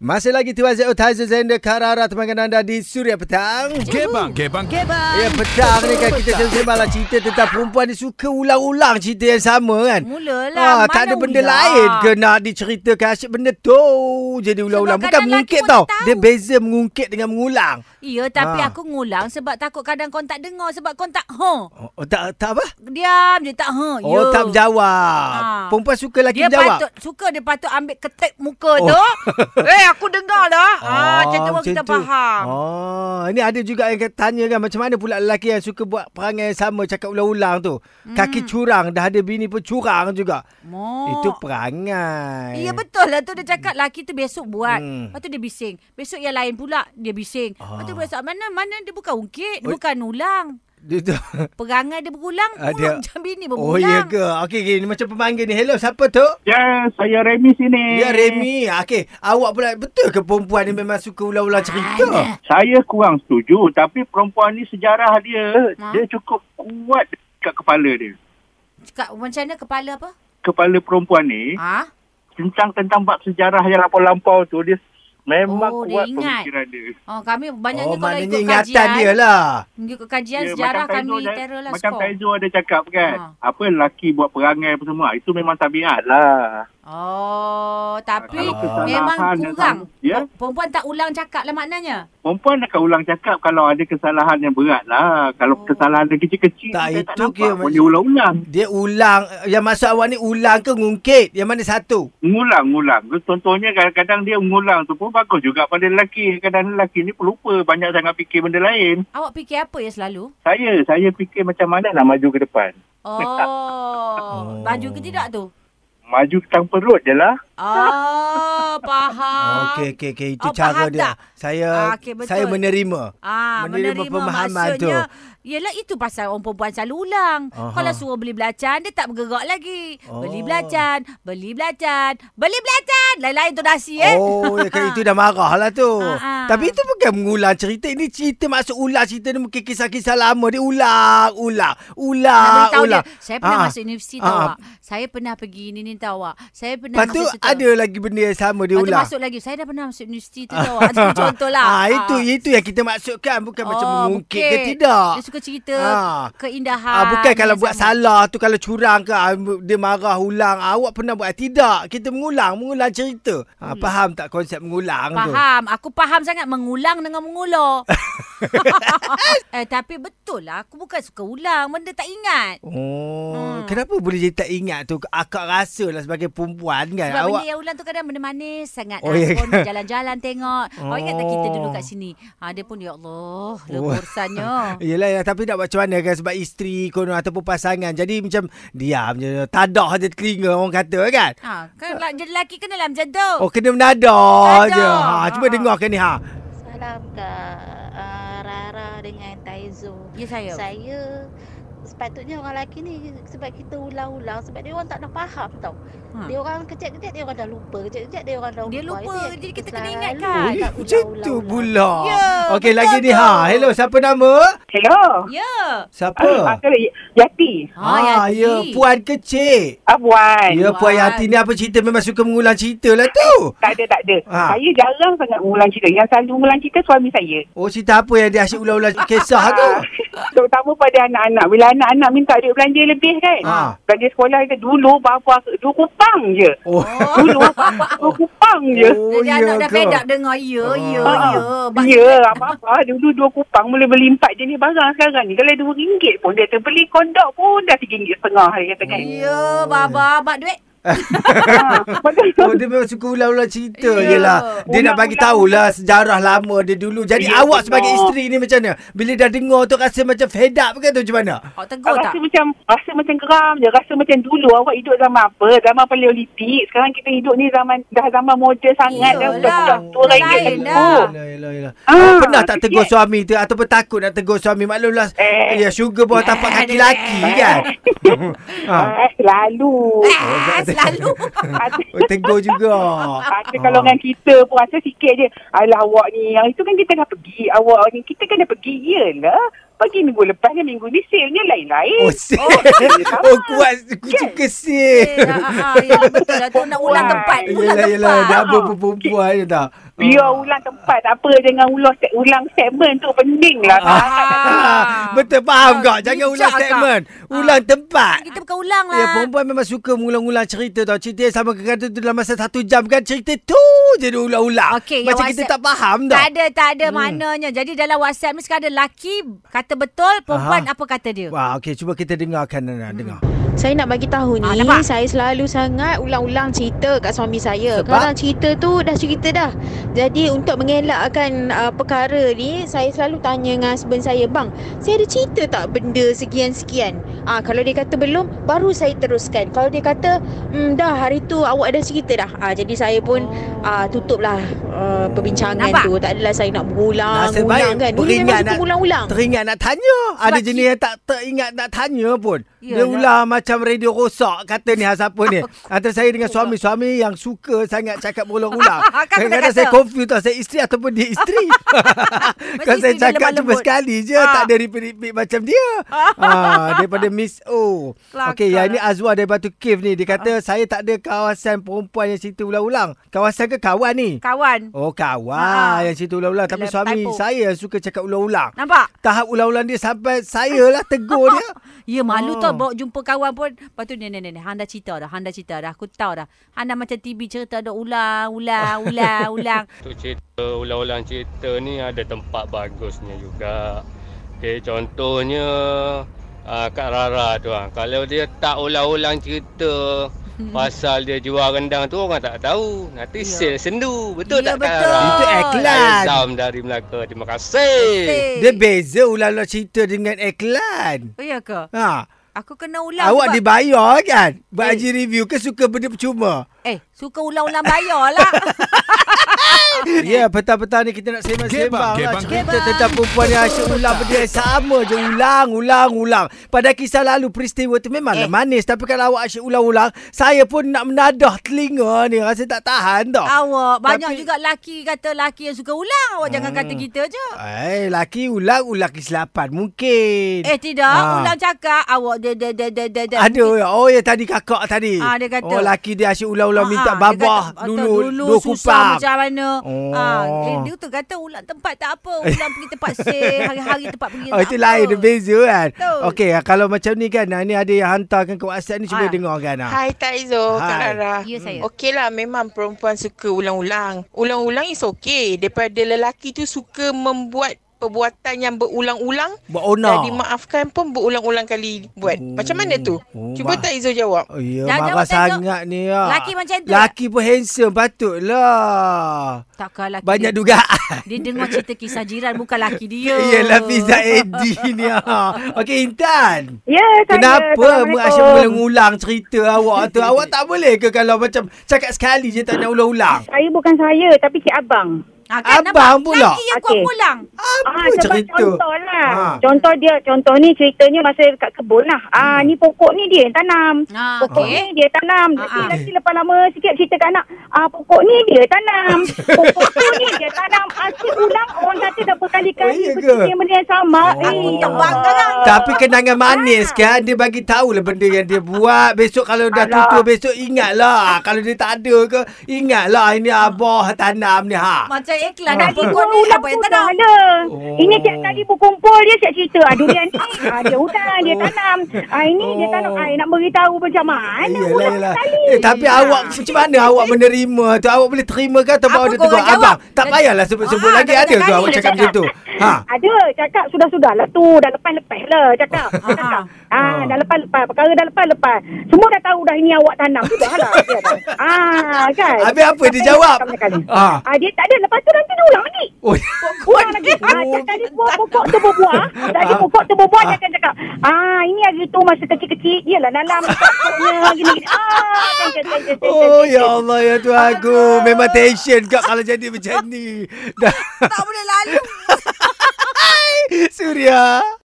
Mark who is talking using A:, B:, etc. A: Masih lagi TYZ Otazer Zender Kararat Mangan anda di Suria Petang.
B: Gebang, gebang.
C: Uhuh. Gebang.
A: Ya petang ni kan kita sembang lah cerita tentang perempuan ni suka ulang-ulang cerita yang sama kan.
C: Mulalah, lah.
A: tak ada
C: mana
A: benda
C: ulang?
A: lain ke nak diceritakan asyik benda tu jadi ulang-ulang.
C: Sebab
A: Bukan
C: kadang
A: mengungkit
C: lelaki pun
A: tau.
C: tak tahu.
A: Dia beza mengungkit dengan mengulang.
C: Ya, tapi
A: Ah.
C: aku ngulang sebab takut kadang kau tak dengar sebab kau tak ha.
A: Oh, oh, tak tak apa?
C: Diam je tak ha.
A: Oh
C: Ya.
A: tak menjawab.
C: Ah.
A: Perempuan suka lelaki
C: Dia
A: menjawab.
C: patut suka dia patut ambil ketek muka
A: Oh.
C: oh. tu. eh aku dengar lah. Ah, macam tu baru
A: macam
C: kita faham.
A: Oh, ini ada juga yang tanya kan macam mana pula lelaki yang suka buat perangai yang sama cakap ulang-ulang tu.
C: Hmm.
A: Kaki curang, dah ada bini pun curang juga.
C: Mo.
A: Itu perangai.
C: Ya betul lah tu dia cakap laki tu besok buat.
A: Hmm. Ah.
C: Hmm. Lepas tu dia bising. Besok yang lain pula dia bising. Lepas tu besok mana mana dia bukan ungkit, dia
A: Oi.
C: bukan ulang.
A: Dia tu.
C: Perangai dia berulang,
A: Ah,
C: ulang
A: dia-
C: macam bini
A: Oh, ya
C: berulang.
A: ke? Okey, okay. macam pemanggil ni. Hello, siapa tu?
C: Hmm.
D: Ya, saya Remy sini.
A: Ya, Remy. Ah, Okey, awak pula betul ke perempuan ni memang suka ulang-ulang
C: Ah,
A: cerita?
D: Saya kurang setuju tapi perempuan ni sejarah dia
C: Ha?
D: dia cukup kuat dekat kepala dia.
C: Cakap macam mana kepala apa?
D: Kepala perempuan
A: Eh?
D: ni
C: Ha?
D: tentang tentang bab sejarah yang lampau-lampau tu dia memang
C: Oh, dia
D: kuat
C: ingat.
D: pemikiran dia. Ya,
C: Oh, kami banyaknya
A: Oh,
C: kalau
A: maknanya
C: ikut
A: ingatan
C: kajian.
A: dia lah.
C: Ikut kajian
D: Ya,
C: sejarah
D: macam
C: kami
D: Taizo-
C: terror lah
D: Macam
C: skor.
D: Taizo ada cakap kan.
C: Ha.
D: Apa lelaki buat perangai apa semua itu memang tabiat lah.
C: Oh, tapi
D: Kalau
A: Ah,
D: kesalahan
C: memang
D: dan
C: kurang.
D: sama- Ya.
C: Perempuan tak ulang cakap lah maknanya.
D: Perempuan akan ulang cakap kalau ada kesalahan yang berat lah. Kalau
C: Oh.
D: kesalahan dia kecil-kecil
A: Tak,
D: dia
A: itu
D: tak
A: kira
D: nampak.
A: macam-
D: Boleh ulang-ulang.
A: Dia ulang. Yang maksud awak ni ulang ke ngungkit? Yang mana satu?
D: Ngulang-ngulang. Contohnya kadang-kadang dia ngulang tu pun bagus juga pada lelaki. Kadang lelaki ni pelupa. Banyak sangat fikir benda lain.
C: Awak fikir apa ya selalu?
D: Saya, saya fikir macam mana nak maju ke depan.
C: Oh, baju ke tidak tu?
D: Maju tanpa road je lah.
C: Oh, faham.
A: Okey okey okey itu
C: Awak
A: cara
C: Ah. Oh, faham
A: dia.
C: tak?
A: Saya
C: Ah, okey, betul.
A: saya menerima.
C: Ah,
A: Menerima
C: menerima,
A: pemahaman
C: maksudnya, Yelah itu pasal orang perempuan selalu ulang.
A: Aha.
C: Kalau suruh beli belacan, dia tak bergerak lagi.
A: Oh.
C: Beli belacan, beli belacan, beli belacan. Lain-lain tu nasi eh.
A: Oh, ya kan itu dah marah lah tu.
C: Ah, ah.
A: Tapi itu bukan mengulang cerita. Ini cerita masuk ulang cerita ni mungkin kisah-kisah lama dia ulang, ulang,
C: Nak
A: ulang,
C: beritahu
A: ulang.
C: dia, saya pernah
A: Ah,
C: masuk universiti
A: Ah,
C: tau
A: ah.
C: awak. Saya pernah pergi ni ni tau awak. Saya pernah
A: Lepas tu
C: masuk situ.
A: ada lagi benda yang sama dia
C: Lepas tu
A: ulang.
C: masuk lagi. Saya dah pernah masuk universiti tu tau awak. Itu contoh lah. Oh,
A: Ah, itu itu yang kita maksudkan bukan macam mengungkit ke
C: mungkin.
A: tidak.
C: Dia suka cerita
A: Ah.
C: keindahan.
A: Ah, bukan kalau
C: yang
A: buat
C: ya, sama.
A: salah tu kalau curang ke ah, dia marah ulang. Ah, Awak pernah buat tidak? Kita mengulang, mengulang cerita. Ah, faham tak konsep mengulang tu?
C: Hmm. Faham. Aku faham sangat mengulang dengan mengulur. eh, tapi betul lah. Aku bukan suka ulang. Benda tak ingat.
A: Oh, hmm.
C: Hmm.
A: kenapa boleh jadi tak ingat tu? Akak rasa lah sebagai perempuan kan.
C: Sebab
A: awak
C: benda yang ulang tu kadang benda manis sangat.
A: Oh,
C: Oh,
A: ya
C: yeah.
A: ke?
C: Pun jalan-jalan tengok. Oh. ingat tak kita dulu kat
A: Oh.
C: sini? Ha, dia pun, ya Allah.
A: Oh.
C: Lekursannya.
A: Yelah, yelah, tapi nak buat macam mana kan sebab isteri kono ataupun pasangan. Jadi macam diam je, tadah je telinga orang kata kan.
C: ha, kan la- jadi lelaki kena lah macam tu.
A: Oh, kena menadah
C: Menadah.
A: je. Ha, cuba
C: Ha.
A: dengarkan ni ha.
E: Salam Kak uh, Rara dengan Taizo
C: Ya saya.
E: Saya Sepatutnya orang lelaki ni Sebab kita ulang-ulang Sebab dia orang tak nak faham tau
C: Ha.
E: Dia orang kejap-kejap Dia orang dah lupa Kejap-kejap dia orang dah lupa
C: Dia lupa.
E: Itu yang
C: Jadi kita kena
E: selalu
C: ingatkan.
A: Oh,
E: tak
A: eh, macam tu
E: ulang-ulang.
A: pula.
C: Ya,
A: Okey,
C: betul
A: lagi ni
C: tu.
A: ha. Hello, siapa nama?
F: Hello. Ah,
C: Ya.
A: Siapa?
F: Sorry, Yati.
C: Ha, Yati.
A: ya, puan kecil.
F: Abuan.
A: Ya, puan
C: Puan.
A: Yati ni apa cerita memang suka mengulang cerita lah tu.
F: Tak ada, tak ada.
A: Ha.
F: Saya jarang sangat mengulang cerita. Yang selalu mengulang cerita suami saya.
A: Oh, cerita apa yang dia asyik ulang-ulang kisah tu?
F: Ah, Terutama pada anak-anak. Bila anak-anak minta dia belanja lebih kan.
A: Ha.
F: Belanja sekolah kita dulu, bapa dua kupang je.
A: Oh.
C: Oh.
F: Dulu, dua kupang je.
A: Oh,
C: Jadi anak dah
A: ke?
C: fed up dengar ya, ya,
F: Ah.
C: ya.
A: Oh.
C: Ba-
F: Ya, apa-apa. Dulu dua kupang boleh beli empat jenis barang sekarang ni. Kalau dua ringgit pun dia terbeli kondok pun dah tiga ringgit setengah. Dia kata
A: Hmm.
F: kan.
C: Ya, baba, bab duit.
F: Ha.
A: Oh dia memang suka ulang-ulang cerita yeah. je
C: Ya.
A: lah Dia nak
F: Ulang-ulang.
A: bagi tahulah sejarah lama dia dulu Jadi yeah,
F: Ya,
A: awak
F: benar.
A: sebagai isteri ni macam mana? Bila dah dengar tu rasa macam fed up ke tu macam mana?
C: Awak tegur tak?
F: Oh, rasa macam rasa macam geram je rasa macam dulu awak hidup zaman apa zaman paleolitik sekarang kita hidup ni zaman dah zaman moden sangat dah
C: Yelah.
F: budak-budak tua
C: Ya, lah. Lain lah.
F: lagi
C: dah.
F: Oh.
A: Yelah, yelah, yelah.
F: Ah,
A: Pernah tak tegur
F: sikit.
A: suami tu ataupun takut nak tegur suami? Maklumlah
F: Eh.
A: ya sugar bawah tapak kaki laki kan. ha.
F: Ah, selalu
C: Ah, selalu.
F: Ada
A: Oh, tegur juga. Eh.
F: ada
A: Ah.
F: kalau dengan kita pun rasa sikit je Alah awak ni Yang itu kan kita dah pergi Awak ni Kita kan dah pergi Yelah Pergi minggu lepas ni, minggu ni sale-nya lain-lain.
A: Oh, sih. Oh, kuat. Suka sih.
C: Eh, ah, ah, ya, betul lah tu nak ulang tempat.
A: Yelah,
C: Ulang
A: yelah.
C: tempat.
A: Double perempuan je tak.
F: Biar
A: ah.
F: ulang tempat tak apa jangan ulang se- ulang segmen tu pening lah.
A: Ah.
C: Ah.
A: Betul faham kak. Jangan
C: bijak
A: ulang
C: kak.
A: statement.
C: Ah.
A: Ulang tempat.
C: Kita bukan ulang lah.
A: Ya, perempuan memang suka mengulang-ulang cerita tau. Cerita yang sama kadang-kadang tu dalam masa satu jam kan cerita tu je dia ulang-ulang.
C: Okey, yang
A: Macam kita
C: WhatsApp-
A: tak faham tau.
C: Tak ada, tak ada hmm. maknanya. Jadi dalam WhatsApp ni sekarang ada lelaki kata betul, perempuan
A: Aha.
C: apa kata dia.
A: Wah, okey. Cuba kita dengarkan.
C: Hmm.
A: Nana. Dengar.
E: Saya nak bagi tahu ni,
C: Ah,
E: ah,
C: nampak?
E: saya selalu sangat ulang-ulang cerita kat suami saya.
A: Sebab?
E: Sebab? Kadang cerita tu dah cerita dah. Jadi untuk mengelakkan uh, perkara ni, saya selalu tanya dengan husband saya, "Bang, saya ada cerita tak benda sekian-sekian?" Ah kalau dia kata belum, baru saya teruskan. Kalau dia kata, "Hmm dah hari tu awak dah cerita dah." Ah jadi saya pun ah tutuplah uh, perbincangan
C: Nampak?
E: tu. Tak adalah saya nak
A: Nasib
E: berulang-ulang
A: baik
E: kan. Dulu
A: beringat
E: memang suka
A: nak-
E: ulang-ulang.
A: Teringat nak tanya. Ada
C: Sebab
A: jenis
C: ki-
A: yang tak teringat nak tanya pun. Dia
C: Yalah.
A: ulang macam radio rosak kata ni hal siapa ni. Antara saya dengan suami. Suami yang suka sangat cakap berulang-ulang.
C: Kan aku dah
A: Kadang-kadang
C: kata.
A: saya confuse tau. Saya isteri ataupun dia isteri. Kalau
C: Mesti
A: saya
C: isteri dia
A: cakap
C: lemah
A: cuma
C: lembut.
A: sekali je.
C: Ah.
A: Tak ada repeat-repeat macam dia. ah, daripada Miss O.
C: Kelakar
A: Okey, yang ini
C: lah.
A: Azwa dari Batu Cave ni. Dia kata
C: Ah.
A: saya tak ada kawasan perempuan yang cerita ulang-ulang. Kawasan ke kawan ni?
C: Kawan.
A: Oh kawan
C: Ah.
A: yang cerita ulang-ulang. Tapi
C: Lep-
A: suami
C: typo.
A: saya yang suka cakap ulang-ulang.
C: Nampak?
A: Tahap ulang-ulang dia sampai saya lah tegur dia.
C: Ya malu
A: Oh.
C: tau bawa jumpa kawan pun. Lepas tu ni ni ni ni, hang dah cerita dah, hang dah cerita dah. Aku tahu dah. Hang dah macam TV cerita dah ulang, ulang, ulang, ulang.
B: Untuk cerita ulang-ulang cerita ni ada tempat bagusnya juga. Okey, contohnya uh, Kak Rara tu ah. Kalau dia tak ulang-ulang cerita pasal dia jual rendang tu orang tak tahu. Nanti
C: Hmm. Ya.
B: yeah. sale sendu. Betul
C: Ya,
B: tak Kak
C: betul.
B: Rara?
A: Itu
B: Saya
A: iklan.
B: Zam dari Melaka. Terima kasih.
C: Eh.
A: Dia beza ulang-ulang cerita dengan iklan.
C: Oh, ya ke?
A: Ha,
C: Aku kena ulang.
A: awak
C: Lah, sebab-
A: dibayar kan? Buat
C: Eh.
A: haji review ke suka benda percuma?
C: Eh, suka ulang-ulang bayar lah.
A: Ya, yeah, petang-petang ni kita nak sembang-sembang lah.
G: Gebang, gebang.
A: Cerita tentang perempuan yang asyik ulang benda yang sama je. Ulang, ulang, ulang. Pada kisah lalu peristiwa tu memanglah
C: Eh.
A: manis. Tapi kalau awak asyik ulang-ulang, saya pun nak menadah telinga ni. Rasa tak tahan tau.
C: awak banyak
A: Tapi- Hmm.
C: juga laki kata laki yang suka ulang. Awak jangan kata kita je.
A: Eh, laki ulang-ulang kesilapan mungkin.
C: Eh tidak,
A: Ah.
C: ulang cakap awak dia dia dia dia dia. dia.
A: Ada. Oh ya tadi kakak tadi.
C: Ah, dia kata-
A: oh laki dia asyik ulang-ulang
C: Ah,
A: minta
C: ah,
A: babah
C: dia kata,
A: dulu
C: "Atau dulu
A: dua
C: susah
A: kupang.
C: macam mana.
A: Oh.
C: Ah, eh, dia tu kata ulang tempat tak apa, ulang pergi tempat sel, hari-hari tempat pergi.
A: Oh,
C: tak
A: itu
C: apa.
A: lain dia beza kan.
C: Betul.
A: Okey, ah, kalau macam ni kan, ah, ni ada yang hantarkan ke WhatsApp ni cuba
C: Ah.
A: dengarkan ah.
H: Hai Taizo, Kak
A: Hai.
H: Rara.
C: Ya,
A: Hmm.
C: saya.
H: Okey lah memang perempuan suka ulang-ulang. Ulang-ulang is okey. Daripada lelaki tu suka membuat perbuatan yang berulang-ulang
A: Buat
H: dan
A: onar.
H: dimaafkan pun berulang-ulang kali buat.
A: Oh.
H: Macam mana tu?
A: Oh,
H: Cuba
A: bah-
H: Taizo jawab.
A: Oh, ya,
C: Jangan
A: marah
C: jawab, jangan
A: sangat ni ah.
C: Laki macam tu
A: Laki pun handsome patutlah.
C: Takkan laki.
A: Banyak
C: dia,
A: dugaan.
C: dia dengar cerita kisah jiran bukan laki dia.
A: Yelah Fiza Edi ni ah. Okey Intan.
F: Ya, saya.
A: Kenapa
F: Assalamualaikum.
A: asyik mengulang cerita awak tu? awak tak boleh ke kalau macam cakap sekali je tak nak ulang-ulang?
F: Saya bukan saya tapi cik abang.
C: Ah, kan,
A: Abang
C: nampak?
A: pula.
C: Laki yang kuat
F: Okey.
C: pulang.
A: Apa
F: Ah, sebab
A: cerita?
F: contoh lah.
A: Ah.
F: Contoh dia, contoh ni ceritanya masa kat kebun lah. Ah,
A: Hmm.
F: ni pokok ni dia yang tanam.
C: Ah,
F: Pokok
C: okey.
F: ni dia tanam.
C: Ah,
F: Nanti
C: ah.
F: nanti lepas lama sikit cerita kat anak. Ah, pokok ni dia tanam. pokok tu ni dia tanam. Asyik ulang orang kata dah berkali-kali
A: Oh, iya ke?
F: bercerita benda yang sama.
A: Oh.
F: Eh,
C: Tebang sekarang.
A: Tapi kenangan manis kan Dia bagi tahu lah benda yang dia buat Besok kalau dah
F: Alah.
A: tutur Besok ingatlah Kalau dia tak ada ke Ingatlah ini abah tanam ni ha
C: Macam iklan
A: Ah.
C: dah
F: Tadi
C: ikut
F: kau
C: ni
F: ulang
C: apa yang tak nak.
F: pun ada.
A: Oh.
F: Ini tiap kali berkumpul dia siap cerita. Ah, durian ni, ah, dia hutan, dia
A: Oh.
F: tanam. Ah, ini dia tanam. Ah, nak beritahu macam mana ulang sekali. Ah.
A: Eh, tapi awak macam mana awak menerima tu? Awak boleh terima ke atau
C: Apa
A: awak dia
C: korang
A: tegur
C: jawab?
A: abang? Tak
C: Dan-
A: payahlah sebut-sebut
C: Ah,
A: lagi
C: dah
A: ada ke
C: cakap
A: awak
C: ni,
A: cakap
C: dah
A: macam tu? Ha.
F: Ada cakap sudah-sudah lah tu dah lepas-lepas lah cakap.
C: Ah,
F: cakap.
A: ah.
F: Ah, dah lepas-lepas perkara dah lepas-lepas. Semua dah tahu dah ini awak tanam sudah lah. Ah, kan.
A: Habis apa dia
F: Sampai
A: jawab?
F: sekali-sekali.
A: Ah.
F: Ah, dia tak ada lepas tu nanti dia ulang lagi.
A: Oh.
F: Buat lagi. Ah, tiap kali buah pokok tu berbuah.
A: Ah.
F: Tadi pokok tu berbuah dia akan cakap. Ah, ini hari tu masa kecil-kecil. Yelah dalam pokoknya gini-gini. Ah, kan, kan, kan, kan, kan,
A: Oh
F: kan,
A: ya
F: kan.
A: Allah ya Tuhan aku Memang tension kau kalau jadi macam ni Dah
C: Tak boleh lalu.
A: Surya